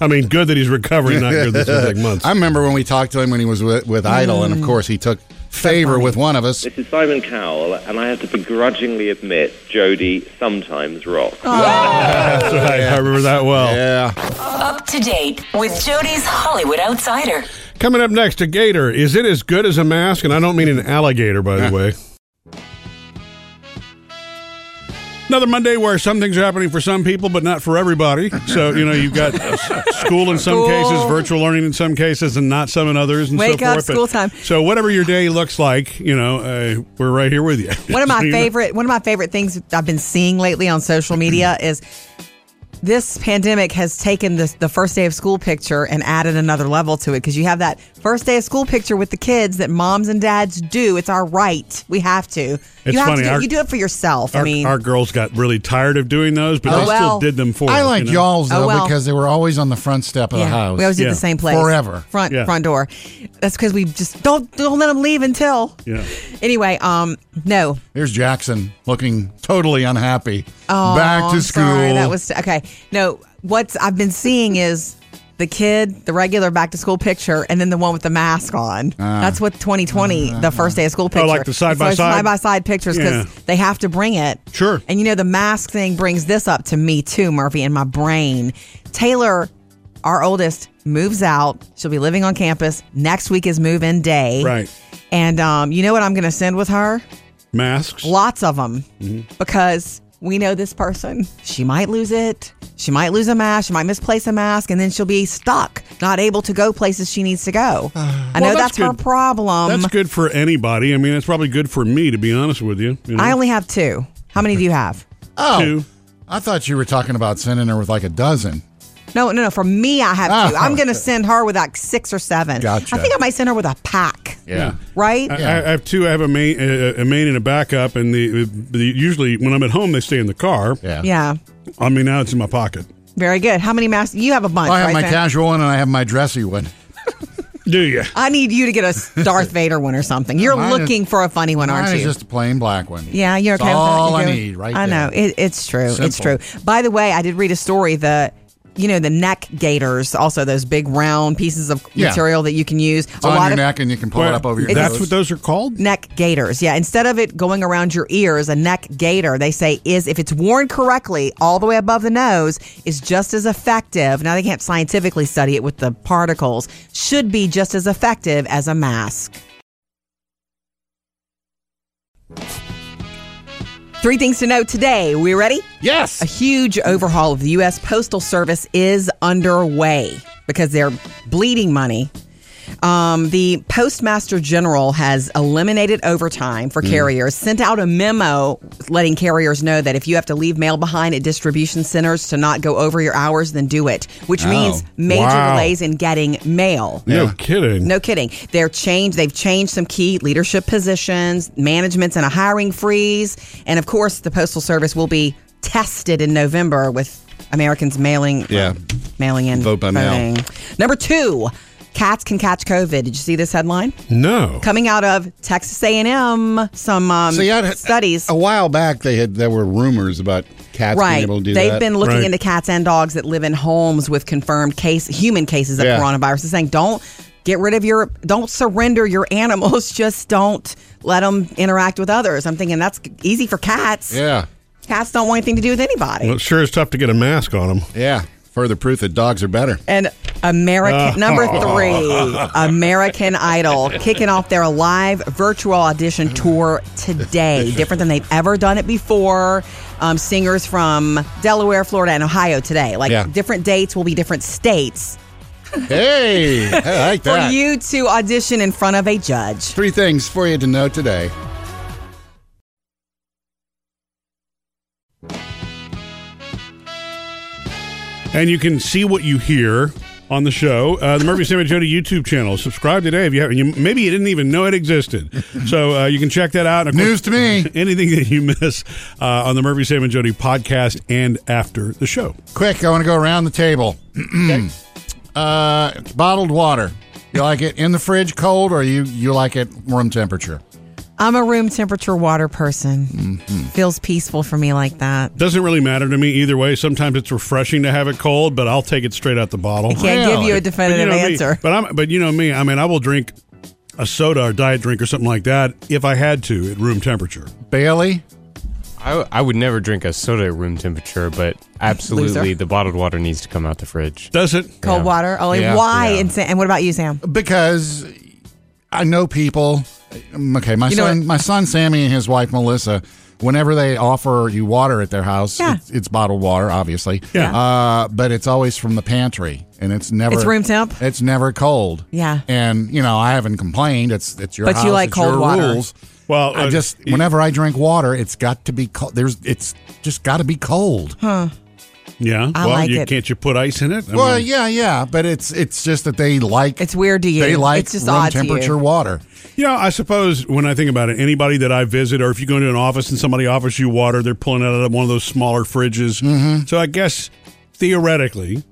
Speaker 8: I mean, good that he's recovering, not good that
Speaker 3: <laughs>
Speaker 8: it's going to take months.
Speaker 3: I remember when we talked to him when he was with, with Idol,
Speaker 1: Mm.
Speaker 3: and of course he took favor with one of us.
Speaker 9: This is Simon Cowell, and I have to begrudgingly admit Jodie sometimes rocks.
Speaker 8: That's right. <laughs> I remember that well.
Speaker 3: Yeah.
Speaker 5: Up to date with Jody's Hollywood outsider.
Speaker 8: Coming up next, a gator. Is it as good as a mask? And I don't mean an alligator, by
Speaker 1: Ah.
Speaker 8: the way. Another Monday where some things are happening for some people, but not for everybody. So, you know, you've
Speaker 1: <laughs>
Speaker 8: got s- school in some
Speaker 1: School.
Speaker 8: cases, virtual learning in some cases, and not some in others, and
Speaker 1: Wake
Speaker 8: so
Speaker 1: up,
Speaker 8: forth. But-
Speaker 1: school time.
Speaker 8: So, whatever your day looks like, you know, uh, we're right here with you.
Speaker 1: One of
Speaker 8: <laughs>
Speaker 1: my
Speaker 8: You know?
Speaker 1: favorite one of my favorite things I've been seeing lately on
Speaker 8: <clears throat>
Speaker 1: social media is this pandemic has taken this, the first day of school picture and added another level to it because you have that first day of school picture with the kids that moms and dads do. It's our right. We have to.
Speaker 8: It's
Speaker 1: you have
Speaker 8: funny,
Speaker 1: to do,
Speaker 8: our-
Speaker 1: you do it for yourself.
Speaker 8: Our,
Speaker 1: I mean,
Speaker 8: our girls got really tired of doing those, but
Speaker 1: Oh,
Speaker 8: they
Speaker 1: well.
Speaker 8: still did them for
Speaker 3: I
Speaker 8: us,
Speaker 3: like
Speaker 8: you know?
Speaker 3: y'all's
Speaker 1: Oh,
Speaker 3: though
Speaker 1: well.
Speaker 3: because they were always on the front step of the
Speaker 1: yeah,
Speaker 3: house.
Speaker 1: we always do
Speaker 8: Yeah.
Speaker 1: the same place
Speaker 3: Forever.
Speaker 1: front
Speaker 8: Yeah.
Speaker 1: front door. That's because we just don't don't let them leave until.
Speaker 8: Yeah.
Speaker 1: Anyway, um, no,
Speaker 3: Here's Jackson looking totally unhappy.
Speaker 1: Oh,
Speaker 3: Back
Speaker 1: I'm
Speaker 3: to school.
Speaker 1: Sorry, that was okay. No, what's I've been seeing is the kid, the regular back to school picture, and then the one with the mask on.
Speaker 3: Ah.
Speaker 1: That's what 2020, the first day of school picture.
Speaker 8: Oh, like the side
Speaker 1: It's
Speaker 8: by
Speaker 1: those
Speaker 8: side?
Speaker 1: side by side pictures
Speaker 8: Yeah.
Speaker 1: because they have to bring it.
Speaker 8: Sure.
Speaker 1: And you know the mask thing brings this up to me too, Murphy, in my brain. Taylor, our oldest, moves out. She'll be living on campus next week is move in day.
Speaker 8: Right.
Speaker 1: And um, you know what I'm going to send with her?
Speaker 8: Masks.
Speaker 3: Mm-hmm.
Speaker 1: Lots of them because we know this person. She might lose it. She might lose a mask. She might misplace a mask, and then she'll be stuck, not able to go places she needs to
Speaker 3: <sighs>
Speaker 1: go. I know
Speaker 2: Well,
Speaker 1: that's,
Speaker 2: that's
Speaker 1: her
Speaker 2: good.
Speaker 1: problem.
Speaker 2: That's good for anybody. I mean, it's probably good for me, to be honest with you. you know?
Speaker 1: I only have two. How many do you have?
Speaker 3: Oh,
Speaker 2: Two.
Speaker 3: I thought you were talking about sending her with like a dozen.
Speaker 1: No, no, no. For me, I have two.
Speaker 3: Oh,
Speaker 1: I'm going to
Speaker 3: okay.
Speaker 1: send her with like six or seven.
Speaker 3: Gotcha.
Speaker 1: I think I might send her with a pack.
Speaker 3: Yeah.
Speaker 1: Right?
Speaker 2: I, I have two. I have a main, a, a main and a backup, and the, the usually when I'm at home, they stay in the car.
Speaker 3: Yeah.
Speaker 1: yeah.
Speaker 2: I mean, now it's in my pocket.
Speaker 1: Very good. How many masks? You have a bunch,
Speaker 3: I have
Speaker 1: right?
Speaker 3: my
Speaker 1: Sam?
Speaker 3: casual one and I have my dressy one.
Speaker 2: Do you?
Speaker 1: I need you to get a
Speaker 3: <laughs>
Speaker 1: Darth Vader one or something. You're
Speaker 3: Mine is-
Speaker 1: looking for a funny one, aren't
Speaker 3: Mine
Speaker 1: you?
Speaker 3: is just a plain black one.
Speaker 1: Yeah, you're
Speaker 3: It's
Speaker 1: okay with that.
Speaker 3: all
Speaker 1: You're
Speaker 3: I
Speaker 1: good.
Speaker 3: need right
Speaker 1: I know
Speaker 3: there.
Speaker 1: it, it's true. It's
Speaker 3: Simple.
Speaker 1: true. By the way, I did read a story that you know the neck gaiters, also those big round pieces of
Speaker 3: Yeah.
Speaker 1: material that you can use.
Speaker 3: It's on your neck and you can pull it up over your
Speaker 2: That's
Speaker 3: nose.
Speaker 2: what those are called.
Speaker 1: neck gaiters. Yeah, instead of it going around your ears, a neck gaiter, they say is if it's worn correctly all the way above the nose is just as effective. Now they can't scientifically study it with the particles. Should be just as effective as a mask. Three things to know today. We ready?
Speaker 3: Yes.
Speaker 1: A huge overhaul of the U.S. Postal Service is underway because they're bleeding money. Um, the Postmaster General has eliminated overtime for carriers, sent out a memo letting carriers know that if you have to leave mail behind at distribution centers to not go over your hours, then do it, which
Speaker 3: Oh,
Speaker 1: means major
Speaker 2: wow.
Speaker 1: delays in getting mail.
Speaker 2: No kidding.
Speaker 1: No kidding. They're changed. They've changed some key leadership positions. Management's in a hiring freeze, and of course, the Postal Service will be tested in November with Americans mailing.
Speaker 3: Yeah.
Speaker 1: mailing in
Speaker 3: Vote by mail.
Speaker 1: voting. Number two, cats can catch COVID. Did you see this headline
Speaker 3: Hmm.
Speaker 2: No.
Speaker 1: coming out of Texas A and M? Some um,
Speaker 3: See, I'd-
Speaker 1: studies.
Speaker 3: A while back, they had there were rumors about cats being
Speaker 1: Right,
Speaker 3: able to do
Speaker 1: they've
Speaker 3: that.
Speaker 1: been looking
Speaker 2: Right.
Speaker 1: into cats and dogs that live in homes with confirmed case human cases of
Speaker 3: Yeah.
Speaker 1: coronavirus. Is saying don't get rid of your, don't surrender your animals. <laughs> Just don't let them interact with others. I'm thinking that's easy for cats.
Speaker 3: Yeah,
Speaker 1: Cats don't want anything to do with anybody.
Speaker 2: Well, it sure is tough to get a mask on them.
Speaker 3: yeah. Further proof that dogs
Speaker 1: <laughs>
Speaker 3: are better.
Speaker 1: And American
Speaker 3: Uh.
Speaker 1: number
Speaker 3: <laughs>
Speaker 1: three, American Idol, kicking off their live virtual audition tour
Speaker 3: <laughs>
Speaker 1: today. Different than they've ever done it before. Um, singers from Delaware, Florida, and Ohio today. Like
Speaker 3: Yeah.
Speaker 1: different dates will be different states
Speaker 3: Hey, I like
Speaker 1: for
Speaker 3: that.
Speaker 1: you to audition in front of a judge.
Speaker 3: Three things for you to know today.
Speaker 2: And you can see what you hear on the show, uh, the Murphy Sam and Jody YouTube channel. Subscribe today if you haven't. You, maybe you didn't even know it existed, so uh, you can check that out. And of
Speaker 3: News to me.
Speaker 2: <laughs> Anything that you miss uh, on the Murphy Sam and Jody podcast and after the show.
Speaker 3: Quick, I want to go around the table. <clears throat> uh, bottled water. You like it in the fridge, cold, or you you like it room temperature?
Speaker 1: I'm a room temperature water person.
Speaker 3: Mm-hmm.
Speaker 1: Feels peaceful for me like that.
Speaker 2: Doesn't really matter to me either way. Sometimes it's refreshing to have it cold, but I'll take it straight out the bottle.
Speaker 1: Can't give you
Speaker 3: Really?
Speaker 1: a definitive
Speaker 2: you know me-
Speaker 1: answer.
Speaker 2: but I'm but you know me. I mean, I will drink a soda or diet drink or something like that if I had to at room temperature.
Speaker 3: Bailey.
Speaker 4: I, I would never drink a soda at room temperature, but absolutely
Speaker 1: <laughs> Loser.
Speaker 4: the bottled water needs to come out the fridge.
Speaker 2: Does it?
Speaker 1: <laughs> Cold
Speaker 4: Yeah.
Speaker 1: water. Only
Speaker 3: Yeah.
Speaker 1: why?
Speaker 3: Yeah.
Speaker 1: And, Sa- and what about you, Sam?
Speaker 3: because I know people. Okay, my
Speaker 1: You know
Speaker 3: son,
Speaker 1: what?
Speaker 3: my son Sammy and his wife Melissa. Whenever they offer you water at their house,
Speaker 1: Yeah.
Speaker 3: it's, it's bottled water, obviously.
Speaker 2: Yeah.
Speaker 3: Uh, but it's always from the pantry, and it's never
Speaker 1: It's room temp?
Speaker 3: It's never cold.
Speaker 1: Yeah.
Speaker 3: And you know, I haven't complained. It's it's your
Speaker 1: But you
Speaker 3: house,
Speaker 1: like
Speaker 3: it's
Speaker 1: cold
Speaker 3: your
Speaker 1: water.
Speaker 3: rules.
Speaker 2: Well,
Speaker 3: I
Speaker 2: uh,
Speaker 3: just
Speaker 2: you-
Speaker 3: whenever I drink water, it's got to be cold. There's it's just got to be cold.
Speaker 2: Yeah.
Speaker 1: I
Speaker 2: well,
Speaker 1: like
Speaker 2: you,
Speaker 1: it.
Speaker 2: can't you put ice in it? I
Speaker 3: Well,
Speaker 2: mean-
Speaker 3: yeah, yeah, but it's it's just that they like
Speaker 1: It's weird to you.
Speaker 3: they like
Speaker 1: it's just
Speaker 3: room
Speaker 1: odd
Speaker 3: temperature
Speaker 1: To you.
Speaker 3: water.
Speaker 2: You know, I suppose when I think about it, anybody that I visit, or if you go into an office and somebody offers you water, they're pulling it out of one of those smaller fridges. So I guess theoretically,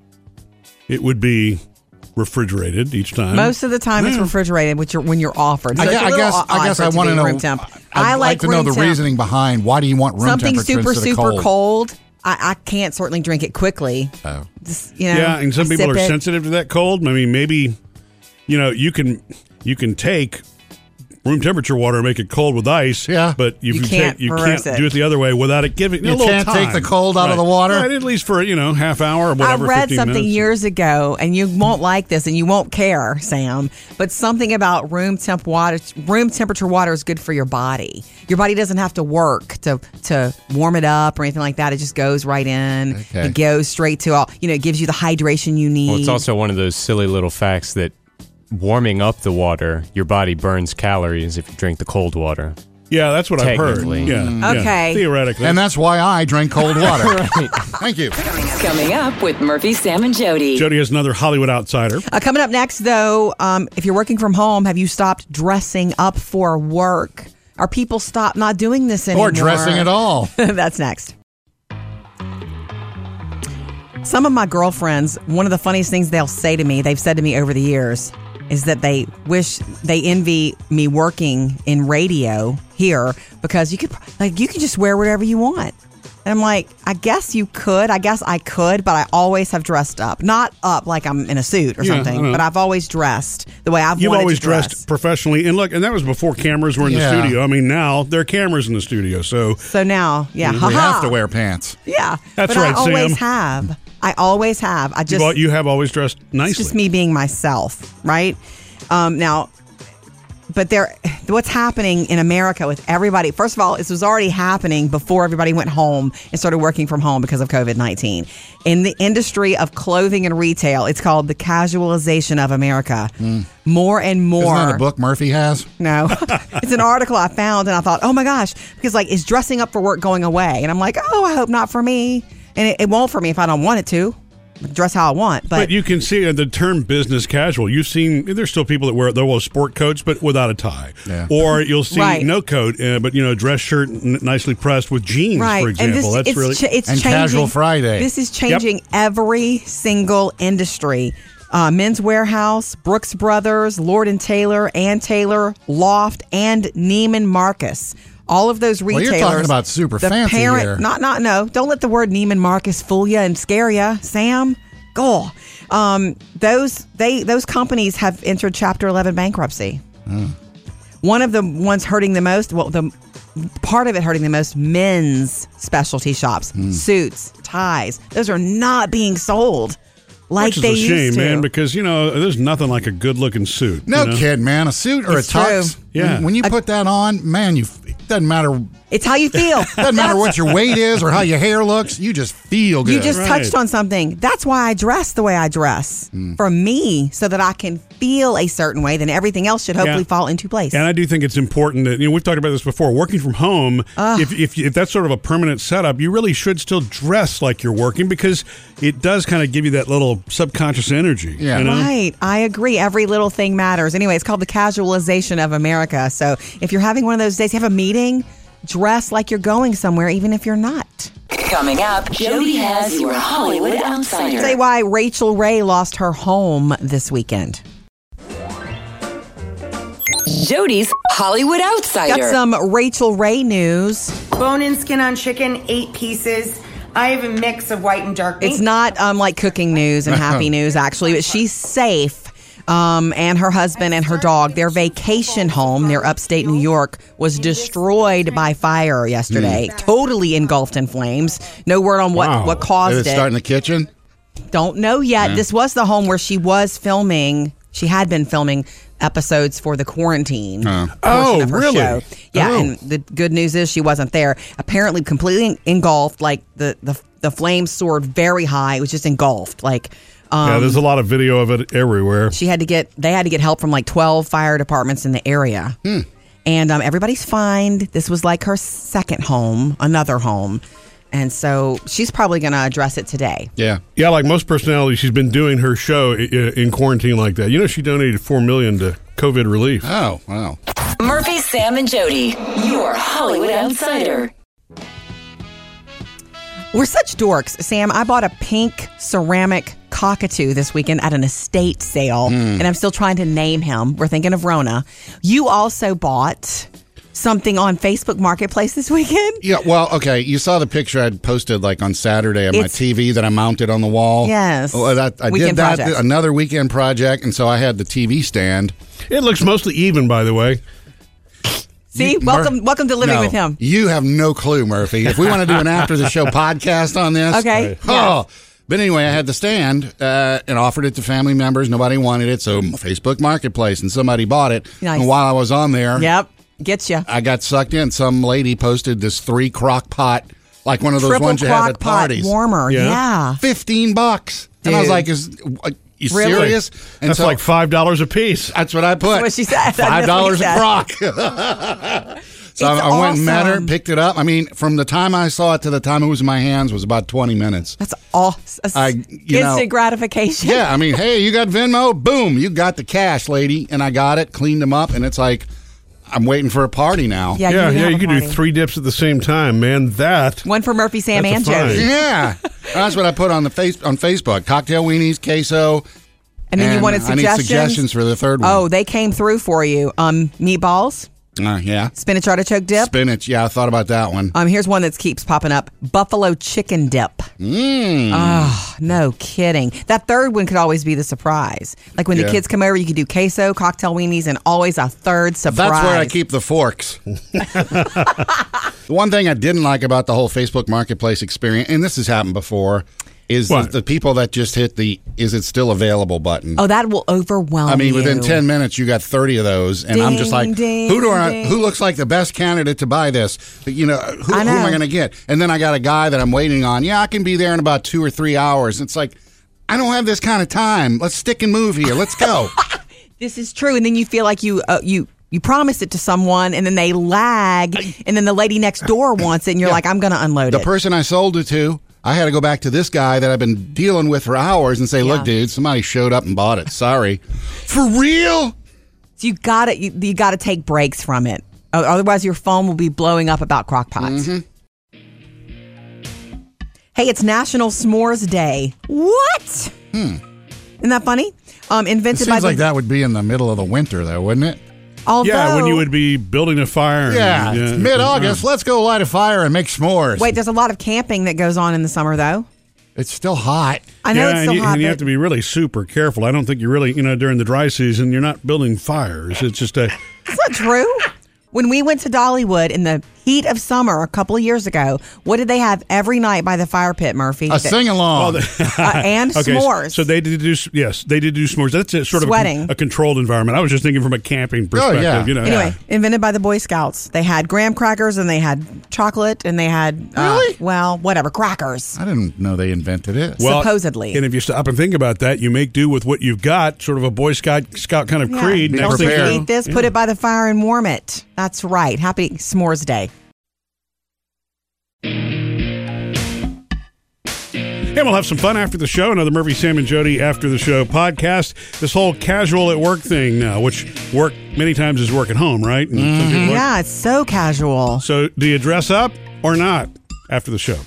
Speaker 2: it would be refrigerated each time.
Speaker 1: Most of the time, it's
Speaker 2: Yeah.
Speaker 1: refrigerated, which you're, when you're offered. So
Speaker 3: Mm. I,
Speaker 1: it's
Speaker 3: gu-
Speaker 1: a
Speaker 3: I
Speaker 1: little
Speaker 3: guess.
Speaker 1: o- odd
Speaker 3: I guess
Speaker 1: for
Speaker 3: I
Speaker 1: it to
Speaker 3: want
Speaker 1: be
Speaker 3: to know.
Speaker 1: room temp.
Speaker 3: I like, to know
Speaker 1: room
Speaker 3: the
Speaker 1: temp.
Speaker 3: reasoning behind why do you want room
Speaker 1: Something
Speaker 3: temperature
Speaker 1: super
Speaker 3: instead of
Speaker 1: super
Speaker 3: cold?
Speaker 1: cold. I, I can't certainly drink it quickly.
Speaker 3: Oh.
Speaker 1: Just, you know,
Speaker 2: yeah, and some
Speaker 1: I
Speaker 2: people
Speaker 1: sip
Speaker 2: are
Speaker 1: it.
Speaker 2: sensitive to that cold. I mean, maybe you know you can you can take room temperature water and make it cold with ice.
Speaker 3: Yeah.
Speaker 2: But you,
Speaker 1: You
Speaker 2: can
Speaker 1: can't
Speaker 2: take, you
Speaker 1: reverse
Speaker 2: can't
Speaker 1: it.
Speaker 2: do it the other way without it giving a
Speaker 3: You
Speaker 2: little
Speaker 3: can't take
Speaker 2: time.
Speaker 3: the cold out of
Speaker 2: Right.
Speaker 3: the water?
Speaker 2: Right, at least for you know half hour or whatever.
Speaker 1: I read
Speaker 2: 15
Speaker 1: something
Speaker 2: minutes.
Speaker 1: years ago, and you won't like this, and you won't care, Sam. But something about room temp water, room temperature water is good for your body. Your body doesn't have to work to to warm it up or anything like that. It just goes right in.
Speaker 3: Okay.
Speaker 1: It goes straight to all. You know, it gives you the hydration you need.
Speaker 4: Well, it's also one of those silly little facts that warming up the water, your body burns calories if you drink the cold water.
Speaker 2: Yeah, that's what I've heard.
Speaker 4: Technically.
Speaker 2: Yeah. yeah.
Speaker 1: Okay.
Speaker 2: Theoretically.
Speaker 3: And that's why I
Speaker 1: <laughs>
Speaker 3: drink cold water. Thank you.
Speaker 5: Coming up with Murphy, Sam, and Jody.
Speaker 2: Jody has another Hollywood outsider.
Speaker 1: Uh, coming up next, though, um, if you're working from home, have you stopped dressing up for work? Are people stop not doing this anymore?
Speaker 3: Or dressing at all.
Speaker 1: <laughs> That's next. Some of my girlfriends, one of the funniest things they'll say to me, they've said to me over the years, is that they wish they envy me working in radio here because you could like you can just wear whatever you want. And I'm like, I guess you could. I guess I could, but I always have dressed up. Not up like I'm in a suit or
Speaker 2: Yeah, I
Speaker 1: something,
Speaker 2: know.
Speaker 1: but I've always dressed the way I've
Speaker 2: You've
Speaker 1: wanted
Speaker 2: always
Speaker 1: to dress.
Speaker 2: dressed professionally, and look, and that was before cameras were in
Speaker 3: Yeah.
Speaker 2: the studio. I mean, now there are cameras in the studio, so
Speaker 1: so now, yeah,
Speaker 3: We
Speaker 1: ha-ha.
Speaker 3: have to wear pants.
Speaker 1: Yeah,
Speaker 2: That's
Speaker 1: but
Speaker 2: right,
Speaker 1: I always
Speaker 2: Sam.
Speaker 1: have. I always have. I
Speaker 2: you've
Speaker 1: just
Speaker 2: al- you have always dressed nicely.
Speaker 1: It's just me being myself, right? Um, now, but there, what's happening in America with everybody? First of all, this was already happening before everybody went home and started working from home because of COVID nineteen. In the industry of clothing and retail, it's called the casualization of America. More and more,
Speaker 3: Hmm. Isn't that a book Murphy has? <laughs>
Speaker 1: no, it's an article I found, and I thought, oh my gosh, because like, is dressing up for work going away? And I'm like, oh, I hope not for me, and it, it won't for me if I don't want it to. Dress how I want,
Speaker 2: But you can see uh, the term business casual. You've seen there's still people that wear they'll wear sport coats but without a tie,
Speaker 3: Yeah.
Speaker 2: or you'll see
Speaker 1: Right.
Speaker 2: no coat uh, but you know dress shirt n- nicely pressed with jeans,
Speaker 1: right.
Speaker 2: for example.
Speaker 1: And this,
Speaker 2: That's
Speaker 1: it's,
Speaker 2: really
Speaker 1: ch- it's
Speaker 3: And
Speaker 1: changing.
Speaker 3: Casual Friday.
Speaker 1: This is changing every single industry. Uh, Men's Warehouse, Brooks Brothers, Lord and Taylor, Ann Taylor, Loft, and Neiman Marcus. All of those
Speaker 3: you're
Speaker 1: retailers.
Speaker 3: talking about super
Speaker 1: the
Speaker 3: fancy
Speaker 1: parent,
Speaker 3: here.
Speaker 1: Not, not, no. Don't let the word Neiman Marcus fool you and scare you, Sam. Go. Um, those they those companies have entered Chapter 11 bankruptcy. One of the ones hurting the most, well, the part of it hurting the most men's specialty shops,
Speaker 2: Hmm.
Speaker 1: suits, ties. Those are not being sold like
Speaker 2: which is
Speaker 1: they
Speaker 2: a shame,
Speaker 1: used to.
Speaker 2: man, because you know there's nothing like a good looking suit.
Speaker 3: No
Speaker 2: you know?
Speaker 3: kid, man. A suit or
Speaker 1: It's
Speaker 3: a tux.
Speaker 1: true.
Speaker 2: Yeah.
Speaker 3: When, when you put that on, man, you it doesn't matter.
Speaker 1: it's how you
Speaker 2: <laughs>
Speaker 1: feel.
Speaker 3: Doesn't
Speaker 1: That's-
Speaker 3: matter what your weight is or how your hair looks. You just feel good.
Speaker 1: You just
Speaker 2: Right. Hmm.
Speaker 1: touched on something. That's why I dress the way I dress for me, so that I can feel a certain way. Then everything else should hopefully fall into place.
Speaker 2: And I do think it's important that you know we've talked about this before. Working from home, if, if if that's sort of a permanent setup, you really should still dress like you're working because it does kind of give you that little subconscious energy.
Speaker 3: Yeah.
Speaker 2: you know?
Speaker 1: Right. I agree. Every little thing matters. Anyway, it's called the casualization of America. So if you're having one of those days, you have a meeting, dress like you're going somewhere, even if you're not.
Speaker 5: Coming up, Jody has your Hollywood
Speaker 1: Say
Speaker 5: outsider.
Speaker 1: why Rachel Ray lost her home this weekend.
Speaker 5: Jody's Hollywood
Speaker 1: Got
Speaker 5: outsider.
Speaker 1: some Rachel Ray news.
Speaker 10: Bone in skin on chicken, eight pieces. I have a mix of white and dark meat.
Speaker 7: Mm.
Speaker 1: It's not um, like cooking news and happy news, actually, but she's safe. Um, and her husband and her dog, their vacation home near upstate New York, was destroyed by fire yesterday, totally engulfed in flames. No word on what, what
Speaker 3: Did
Speaker 1: caused
Speaker 3: it start in the kitchen?
Speaker 1: Don't know yet. This was the home where she was filming. She had been filming episodes for the quarantine. portion
Speaker 2: Oh,
Speaker 1: of her
Speaker 2: really?
Speaker 1: Show. Yeah,
Speaker 2: Oh.
Speaker 1: and the good news is she wasn't there. Apparently, completely engulfed. Like the the the flames soared very high. It was just engulfed. Like. Um,
Speaker 2: yeah, there's a lot of video of it everywhere.
Speaker 1: she had to get they had to get help from like 12 fire departments in the area
Speaker 2: Hmm.
Speaker 1: and um, everybody's fine this was like her second home another home and so she's probably going to address it today
Speaker 3: Yeah.
Speaker 2: Yeah, like most personalities, she's been doing her show i- i- in quarantine like that. You know, she donated four million to COVID relief.
Speaker 3: Oh, wow.
Speaker 5: Murphy, Sam, and Jody, your Hollywood outsider.
Speaker 1: We're such dorks, Sam. I bought a pink ceramic cockatoo this weekend at an estate
Speaker 3: Hmm.
Speaker 1: sale, and I'm still trying to name him. We're thinking of Rona. You also bought something on Facebook Marketplace this weekend.
Speaker 3: Yeah, well, okay. You saw the picture I'd posted like on Saturday on my
Speaker 1: It's-
Speaker 3: TV that I mounted on the wall.
Speaker 1: Yes.
Speaker 3: Well, that, I
Speaker 1: Weekend
Speaker 3: did that.
Speaker 1: project.
Speaker 3: Another weekend project. And so I had the TV stand.
Speaker 2: It looks mostly even, by the way.
Speaker 1: See,
Speaker 3: You-
Speaker 1: welcome,
Speaker 3: Mur-
Speaker 1: welcome to living
Speaker 3: No,
Speaker 1: with him.
Speaker 3: You have no clue, Murphy. If we want to do an after
Speaker 1: <laughs>
Speaker 3: the show podcast on this,
Speaker 1: Okay.
Speaker 3: Oh, but anyway, I had the stand uh, and offered it to family members. Nobody wanted it, so Facebook Marketplace, and somebody bought it.
Speaker 1: Nice.
Speaker 3: And while I was on there,
Speaker 1: Yep, gets you.
Speaker 3: I got sucked in. Some lady posted this three crock pot, like one of those
Speaker 1: Triple
Speaker 3: ones you have
Speaker 1: crock
Speaker 3: at
Speaker 1: pot
Speaker 3: parties.
Speaker 1: warmer.
Speaker 2: Yeah.
Speaker 1: Yeah.
Speaker 3: Fifteen bucks, and I was
Speaker 1: Ah. Dude.
Speaker 3: like, "Is are you
Speaker 1: Really?
Speaker 3: serious?" And
Speaker 2: That's
Speaker 3: so-
Speaker 2: like five dollars a piece.
Speaker 3: That's what I put.
Speaker 1: That's what she said. <laughs> That's what
Speaker 3: Five dollars
Speaker 1: she
Speaker 3: a
Speaker 1: said.
Speaker 3: crock. so I, I went and met her,
Speaker 1: awesome.
Speaker 3: picked it up. I mean, from the time I saw it to the time it was in my hands was about
Speaker 1: <laughs>
Speaker 3: twenty minutes.
Speaker 1: That's awesome.
Speaker 3: I- you know-
Speaker 1: Instant gratification.
Speaker 3: Yeah, I mean, hey, you got Venmo? Boom, you got the cash, lady. And I got it, cleaned them up, and it's like I'm waiting for a party now.
Speaker 1: Yeah,
Speaker 2: yeah,
Speaker 1: you,
Speaker 2: yeah.
Speaker 1: have
Speaker 2: You
Speaker 1: a
Speaker 2: could do
Speaker 1: party.
Speaker 2: three dips at the same time, man. That
Speaker 1: One for Murphy, Sam,
Speaker 2: That's a
Speaker 1: and
Speaker 2: fine.
Speaker 1: Jody. <laughs>
Speaker 3: Yeah. that's what I put on the face on Facebook. Cocktail weenies, queso.
Speaker 1: And then you wanted suggestions.
Speaker 3: I need suggestions for the third one.
Speaker 1: Oh, they came through for you. Um, meatballs,
Speaker 3: Uh, yeah.
Speaker 1: spinach artichoke dip.
Speaker 3: Spinach. Yeah, I thought about that one.
Speaker 1: Um, here's one that keeps popping up: buffalo chicken dip.
Speaker 3: Mm.
Speaker 1: Oh, no kidding. That third one could always be the surprise. Like when
Speaker 3: Yeah.
Speaker 1: the kids come over, you could do queso, cocktail weenies, and always a third surprise.
Speaker 3: That's where I keep the forks. <laughs> the one thing I didn't like about the whole Facebook Marketplace experience, and this has happened before, is the,
Speaker 2: What?
Speaker 3: the people that just hit the "Is it still available?" button.
Speaker 1: Oh, that will overwhelm.
Speaker 3: I mean, within
Speaker 1: Oh, you.
Speaker 3: ten minutes, you got thirty of those, and I'm just like,
Speaker 1: Ding, ding,
Speaker 3: who do I?
Speaker 1: ding.
Speaker 3: Who looks like the best candidate to buy this? You know, who,
Speaker 1: I
Speaker 3: who am I
Speaker 1: know.
Speaker 3: going to get? And then I got a guy that I'm waiting on. Yeah, I can be there in about two or three hours. It's like, I don't have this kind of time. Let's stick and move here.
Speaker 1: <laughs>
Speaker 3: Let's go.
Speaker 1: This is true, and then you feel like you uh, you you promise it to someone, and then they lag, and then the lady next door wants it, and you're like, I'm going to unload
Speaker 3: the
Speaker 1: it.
Speaker 3: person I sold it to, I had to go back to this guy that I've been dealing with for hours and say, "Look,
Speaker 1: Yeah.
Speaker 3: dude, somebody showed up and bought it. Sorry, for real."
Speaker 1: so you got to you, you got to take breaks from it, O- otherwise your phone will be blowing up about crock pots. Hey, it's National S'mores Day. What? Isn't that funny? Um,
Speaker 3: It
Speaker 1: invented by
Speaker 3: seems
Speaker 1: the
Speaker 3: like that would be in the middle of the winter, though, wouldn't it?
Speaker 1: Although,
Speaker 2: yeah, when you would be building a fire. and-
Speaker 3: Yeah, it's mid-August. Let's go light a fire and make s'mores.
Speaker 1: Wait, there's a lot of camping that goes on in the summer, though.
Speaker 3: it's still hot.
Speaker 1: I know
Speaker 2: yeah,
Speaker 1: it's
Speaker 2: and
Speaker 1: still
Speaker 2: you,
Speaker 1: hot.
Speaker 2: and you
Speaker 1: but-
Speaker 2: have to be really super careful. I don't think you really, you know, during the dry season, you're not building fires. It's just a
Speaker 1: That's not true. When we went to Dollywood in the heat of summer a couple of years ago, what did they have every night by the fire pit, Murphy?
Speaker 3: A sing along.
Speaker 1: Uh, and
Speaker 2: <laughs> okay,
Speaker 1: s'mores.
Speaker 2: So they did do yes, they did do s'mores. That's a, sort of a
Speaker 1: Sweating.
Speaker 2: con- a, controlled environment. I was just thinking from a camping perspective.
Speaker 3: Oh, yeah.
Speaker 2: You know,
Speaker 1: anyway, invented by the Boy Scouts. They had graham crackers and they had chocolate and they had uh,
Speaker 3: Really?
Speaker 1: well, whatever crackers.
Speaker 3: I didn't know they invented it.
Speaker 2: Well,
Speaker 1: supposedly.
Speaker 2: And if you stop and think about that, you make do with what you've got. Sort of a Boy Scout Scout kind of
Speaker 1: Yeah.
Speaker 2: creed.
Speaker 3: Be
Speaker 2: Next thing you
Speaker 3: prepared.
Speaker 2: know-
Speaker 1: Eat this, put it by the fire, and warm it. That's right. Happy S'mores Day.
Speaker 2: And we'll have some fun after the show. Another Murphy, Sam, and Jody after the show podcast. This whole casual at work thing now, which work many times is work at home, right? And
Speaker 1: Mm-hmm.
Speaker 2: some people work-
Speaker 1: Yeah, it's so casual.
Speaker 2: So do you dress up or not after the show?